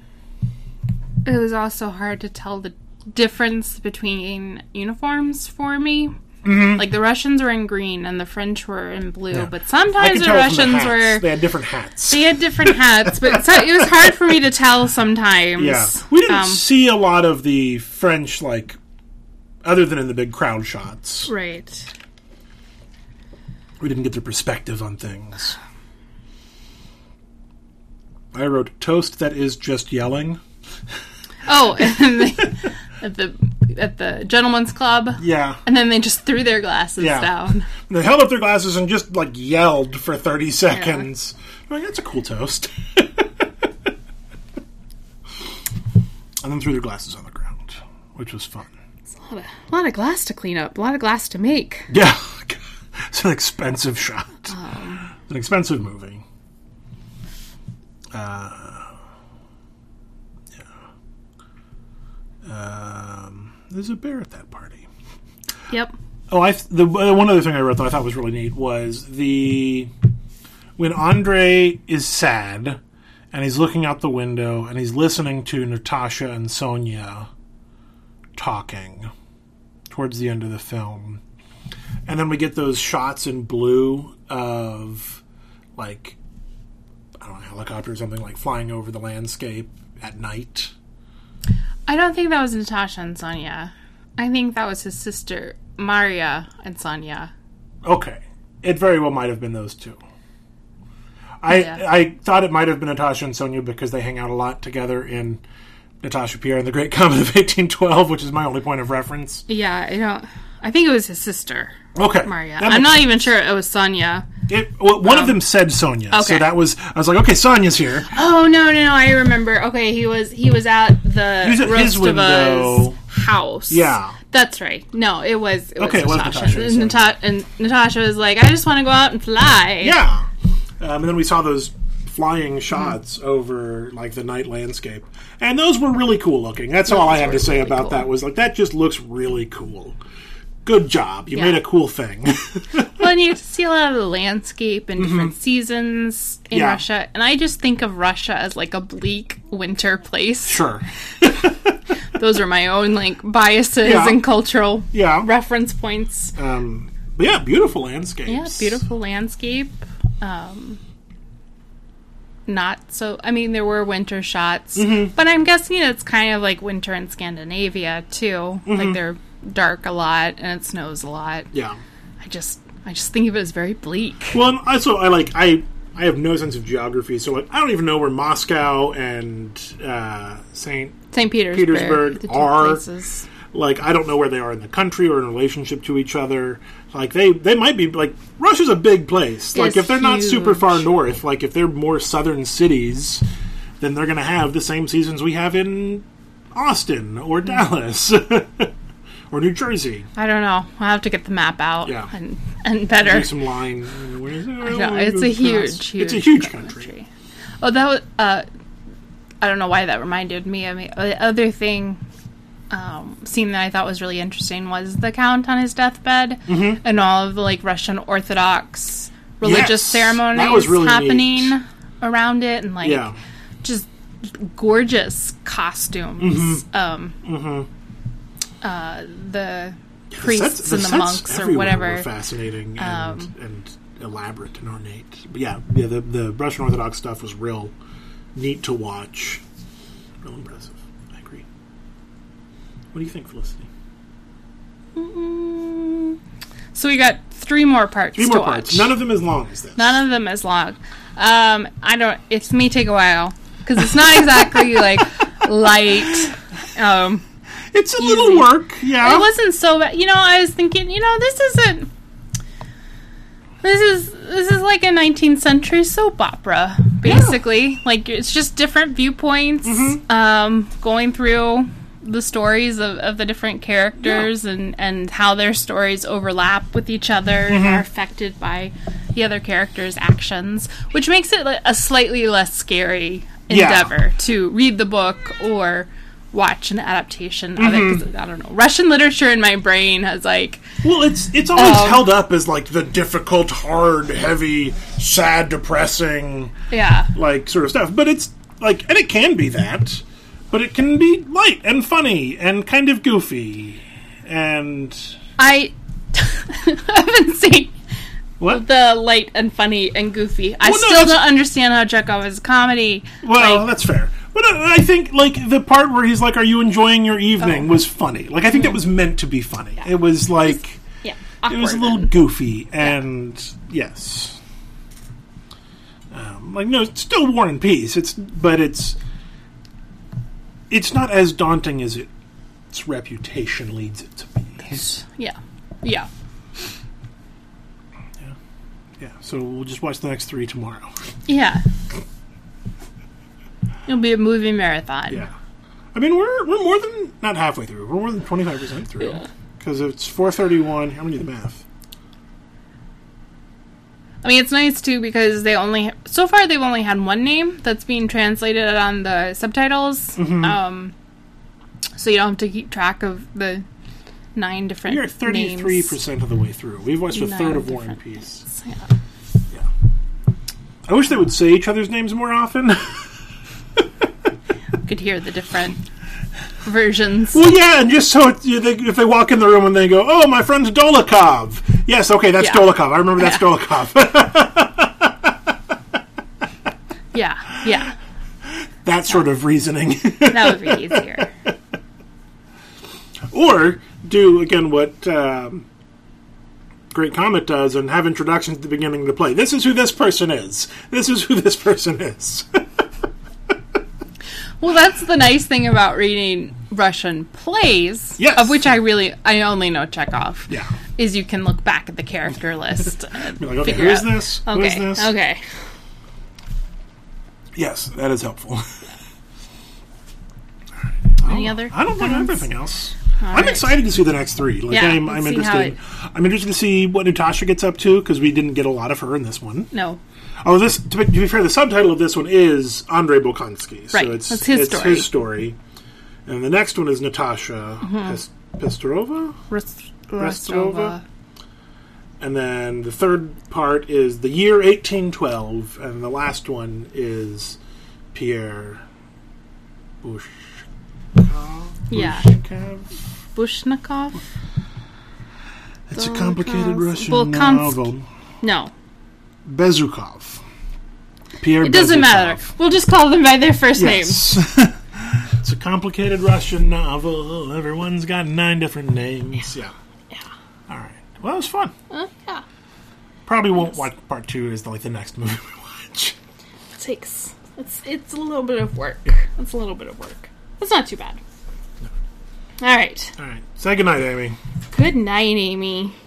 [SPEAKER 2] it was also hard to tell the difference between uniforms for me.
[SPEAKER 1] Mm-hmm.
[SPEAKER 2] Like the Russians were in green and the French were in blue, but
[SPEAKER 1] I could
[SPEAKER 2] sometimes the
[SPEAKER 1] tell from the
[SPEAKER 2] Russians
[SPEAKER 1] hats.
[SPEAKER 2] were
[SPEAKER 1] they had different hats
[SPEAKER 2] they had different hats, but so it was hard for me to tell sometimes.
[SPEAKER 1] yeah we didn't
[SPEAKER 2] Um,
[SPEAKER 1] see a lot of the french like other than in the big crowd shots
[SPEAKER 2] right.
[SPEAKER 1] we didn't get their perspective on things i wrote toast that is just yelling
[SPEAKER 2] Oh, and the, at the at the gentleman's club,
[SPEAKER 1] yeah
[SPEAKER 2] and then they just threw their glasses
[SPEAKER 1] Yeah.
[SPEAKER 2] down.
[SPEAKER 1] They held up their glasses and just like yelled for 30 seconds. I'm like, that's a cool toast. and then threw their glasses on the ground, which was fun.
[SPEAKER 2] A lot, of, a lot of glass to clean up, a lot of glass to make.
[SPEAKER 1] Yeah. it's an expensive shot. It's an expensive movie. Uh, yeah. Um, there's a bear at that party.
[SPEAKER 2] Yep.
[SPEAKER 1] Oh, I the uh, one other thing I wrote that I thought was really neat was the when Andre is sad and he's looking out the window and he's listening to Natasha and Sonia talking towards the end of the film, and then we get those shots in blue of like I don't know helicopter or something like flying over the landscape at night.
[SPEAKER 2] I don't think that was Natasha and Sonia. I think that was his sister Maria and Sonya.
[SPEAKER 1] Okay, it very well might have been those two. I
[SPEAKER 2] Yeah.
[SPEAKER 1] I thought it might have been Natasha and Sonia because they hang out a lot together in Natasha Pierre and the Great Comet of 1812, which is my only point of reference.
[SPEAKER 2] Yeah, I don't. I think it was his sister,
[SPEAKER 1] Okay,
[SPEAKER 2] Maria.
[SPEAKER 1] that
[SPEAKER 2] I'm
[SPEAKER 1] makes-
[SPEAKER 2] not even sure it was Sonya.
[SPEAKER 1] It, well, one of them said Sonia, so
[SPEAKER 2] okay.
[SPEAKER 1] that was I was like, okay, Sonia's here.
[SPEAKER 2] Oh no, no, no! I remember. Okay, he was he was at the
[SPEAKER 1] He was at his
[SPEAKER 2] roast of us
[SPEAKER 1] window.
[SPEAKER 2] house.
[SPEAKER 1] Yeah.
[SPEAKER 2] that's right. No, it was it was
[SPEAKER 1] Okay, it was
[SPEAKER 2] Natasha.
[SPEAKER 1] Natasha,
[SPEAKER 2] And Nata- and Natasha was like, I just want to go out and fly.
[SPEAKER 1] Yeah, um, and then we saw those flying shots
[SPEAKER 2] Mm-hmm.
[SPEAKER 1] over like the night landscape, and those were really cool looking. That's all I had to
[SPEAKER 2] were
[SPEAKER 1] say
[SPEAKER 2] really
[SPEAKER 1] about
[SPEAKER 2] cool.
[SPEAKER 1] that was like that just looks really cool. Good job, you made a cool thing.
[SPEAKER 2] well, and you get to see a lot of the landscape and different seasons
[SPEAKER 1] Mm-hmm.
[SPEAKER 2] in
[SPEAKER 1] Yeah.
[SPEAKER 2] Russia. And I just think of Russia as like a bleak winter place.
[SPEAKER 1] sure,
[SPEAKER 2] Those are my own like biases
[SPEAKER 1] Yeah.
[SPEAKER 2] and cultural
[SPEAKER 1] yeah,
[SPEAKER 2] reference points.
[SPEAKER 1] Um, but yeah, beautiful landscapes.
[SPEAKER 2] Yeah, beautiful landscape. Um, not so. I mean, there were winter shots,
[SPEAKER 1] Mm-hmm.
[SPEAKER 2] but I'm guessing it's kind of like winter in Scandinavia too. Like they're dark a lot and it snows a lot.
[SPEAKER 1] Mm-hmm. Yeah.
[SPEAKER 2] I just, I just think of it as very bleak.
[SPEAKER 1] Well, and also I like I I have no sense of geography, so like I don't even know where Moscow and uh, Saint
[SPEAKER 2] St. Petersburg,
[SPEAKER 1] Petersburg
[SPEAKER 2] the two
[SPEAKER 1] are-
[SPEAKER 2] places.
[SPEAKER 1] like I don't know where they are in the country or in relationship to each other. Like they they might be like Russia's a big place. Like
[SPEAKER 2] It's
[SPEAKER 1] if they're not super
[SPEAKER 2] huge.
[SPEAKER 1] far north, like if they're more southern cities, then they're going to have the same seasons we have in Austin or
[SPEAKER 2] Mm.
[SPEAKER 1] Dallas or New Jersey.
[SPEAKER 2] I don't know. I'll have to get the map out
[SPEAKER 1] Yeah.
[SPEAKER 2] and and better.
[SPEAKER 1] Do some line. Where is it?
[SPEAKER 2] No, it's a huge, huge.
[SPEAKER 1] It's a huge country.
[SPEAKER 2] Oh, that was. Uh, I don't know why that reminded me of me. Uh, The other thing, um, scene that I thought was really interesting was the count on his deathbed and all of the like Russian Orthodox religious
[SPEAKER 1] Mm-hmm. Yes,
[SPEAKER 2] ceremonies
[SPEAKER 1] that was really
[SPEAKER 2] happening
[SPEAKER 1] neat.
[SPEAKER 2] around it, and like
[SPEAKER 1] Yeah.
[SPEAKER 2] just gorgeous costumes.
[SPEAKER 1] Mm-hmm.
[SPEAKER 2] Um, uh, the priests
[SPEAKER 1] sets-
[SPEAKER 2] and the,
[SPEAKER 1] sets
[SPEAKER 2] monks or
[SPEAKER 1] everywhere
[SPEAKER 2] whatever. um,
[SPEAKER 1] were fascinating and, and elaborate and ornate. But yeah, yeah, the, the Russian Orthodox stuff was real neat to watch. Real impressive. I agree. What do you think, Felicity?
[SPEAKER 2] Mm. So we got three more parts.
[SPEAKER 1] Three
[SPEAKER 2] to
[SPEAKER 1] more
[SPEAKER 2] watch.
[SPEAKER 1] parts. None of them as long as this.
[SPEAKER 2] None of them as long. Um, I don't. It's may take a while because it's not exactly like light. Um,
[SPEAKER 1] it's a little
[SPEAKER 2] easy.
[SPEAKER 1] work. Yeah.
[SPEAKER 2] it wasn't so bad. You know, I was thinking. You know, this isn't. This is this is like a 19th century soap opera, basically. Like it's just different viewpoints, um, going through the stories of, of the different characters and and how their stories overlap with each other and are affected by the other characters' actions, which makes it like, a slightly less scary
[SPEAKER 1] Yeah.
[SPEAKER 2] endeavor to read the book or watch an adaptation of it
[SPEAKER 1] Mm-hmm.
[SPEAKER 2] 'cause I don't know. Russian literature in my brain has like
[SPEAKER 1] well, it's it's always
[SPEAKER 2] Um,
[SPEAKER 1] held up as like the difficult, hard, heavy, sad, depressing.
[SPEAKER 2] yeah.
[SPEAKER 1] like sort of stuff. But it's like, and it can be that, but it can be light and funny and kind of goofy and
[SPEAKER 2] I haven't seen
[SPEAKER 1] what?
[SPEAKER 2] the light and funny and goofy. I
[SPEAKER 1] Well, no,
[SPEAKER 2] still
[SPEAKER 1] that's-
[SPEAKER 2] don't understand how Chekhov is comedy.
[SPEAKER 1] well,
[SPEAKER 2] like-
[SPEAKER 1] that's fair. But uh, I I think like the part where he's like, "Are you enjoying your evening?"
[SPEAKER 2] Oh.
[SPEAKER 1] was funny. Like I think that was meant to be funny. It was like
[SPEAKER 2] Yeah.
[SPEAKER 1] it was a
[SPEAKER 2] awkward
[SPEAKER 1] little
[SPEAKER 2] and-
[SPEAKER 1] goofy and yes. Um, like no, it's still War and Peace. It's but it's it's not as daunting as it, its reputation leads it to be.
[SPEAKER 2] yeah. Yeah.
[SPEAKER 1] Yeah, so we'll just watch the next three tomorrow.
[SPEAKER 2] Yeah. It'll be a movie marathon.
[SPEAKER 1] I mean we're we're more than not halfway through. We're more than twenty five percent through because it's four thirty one. How many do the math?
[SPEAKER 2] I mean, it's nice too because they only so far they've only had one name that's being translated on the subtitles.
[SPEAKER 1] Mm-hmm.
[SPEAKER 2] Um, so you don't have to keep track of the nine different.
[SPEAKER 1] We are thirty three percent of the way through. We've watched a
[SPEAKER 2] Nine
[SPEAKER 1] third of War and
[SPEAKER 2] different
[SPEAKER 1] Peace.
[SPEAKER 2] names. Yeah.
[SPEAKER 1] Yeah, I wish they would say each other's names more often.
[SPEAKER 2] You could hear the different versions.
[SPEAKER 1] well, yeah, and just so it, you- they, if they walk in the room and they go, "Oh, my friend's Dolikov." Yes, okay, that's
[SPEAKER 2] Yeah.
[SPEAKER 1] Dolikov. I remember that's Dolikov.
[SPEAKER 2] Yeah, yeah,
[SPEAKER 1] that sort of reasoning.
[SPEAKER 2] that would be easier.
[SPEAKER 1] or do again what um, Great Comet does and have introductions at the beginning of the play. This is who this person is. This is who this person is.
[SPEAKER 2] Well, that's the nice thing about reading Russian plays,
[SPEAKER 1] Yes.
[SPEAKER 2] of which I really I only know Chekhov.
[SPEAKER 1] Yeah.
[SPEAKER 2] Is you can look back at the character list. and
[SPEAKER 1] Be like, okay,
[SPEAKER 2] figure
[SPEAKER 1] who is
[SPEAKER 2] out-
[SPEAKER 1] this?
[SPEAKER 2] Okay.
[SPEAKER 1] Who is this?
[SPEAKER 2] Okay.
[SPEAKER 1] Yes, that is helpful.
[SPEAKER 2] Any other?
[SPEAKER 1] I don't think I have
[SPEAKER 2] comments?
[SPEAKER 1] anything else.
[SPEAKER 2] All
[SPEAKER 1] I'm
[SPEAKER 2] right.
[SPEAKER 1] excited to see the next three. Like,
[SPEAKER 2] Yeah,
[SPEAKER 1] I'm,
[SPEAKER 2] let's
[SPEAKER 1] I'm
[SPEAKER 2] see how
[SPEAKER 1] interested. I'm interested to see what Natasha gets up to because we didn't get a lot of her in this one.
[SPEAKER 2] No.
[SPEAKER 1] Oh, this to be, to be fair, the subtitle of this one is Andrei Bolkonsky.
[SPEAKER 2] Right,
[SPEAKER 1] So it's
[SPEAKER 2] that's his
[SPEAKER 1] it's
[SPEAKER 2] story. Mm-hmm.
[SPEAKER 1] his story. And the next one is Natasha Pes- Pestrova,
[SPEAKER 2] Rest-
[SPEAKER 1] Restova. and then the third part is the year 1812, and the last one is Pierre Bush.
[SPEAKER 2] Yeah. Bushnikov?
[SPEAKER 1] It's a complicated
[SPEAKER 2] Bolkons-
[SPEAKER 1] Russian
[SPEAKER 2] Bolkonsk-
[SPEAKER 1] novel.
[SPEAKER 2] No.
[SPEAKER 1] Bezukov. Pierre.
[SPEAKER 2] It doesn't
[SPEAKER 1] Bezukov.
[SPEAKER 2] matter. We'll just call them by their first names.
[SPEAKER 1] Yes. it's a complicated Russian novel. Everyone's got nine different names. Yeah.
[SPEAKER 2] Yeah.
[SPEAKER 1] All right. Well, it was fun.
[SPEAKER 2] Uh, yeah.
[SPEAKER 1] Probably won't watch part two. Is like the next movie we watch.
[SPEAKER 2] It takes it's it's a little bit of work. It's a little bit of work. It's not too bad. All right.
[SPEAKER 1] All right. Say goodnight, Amy.
[SPEAKER 2] Good night, Amy.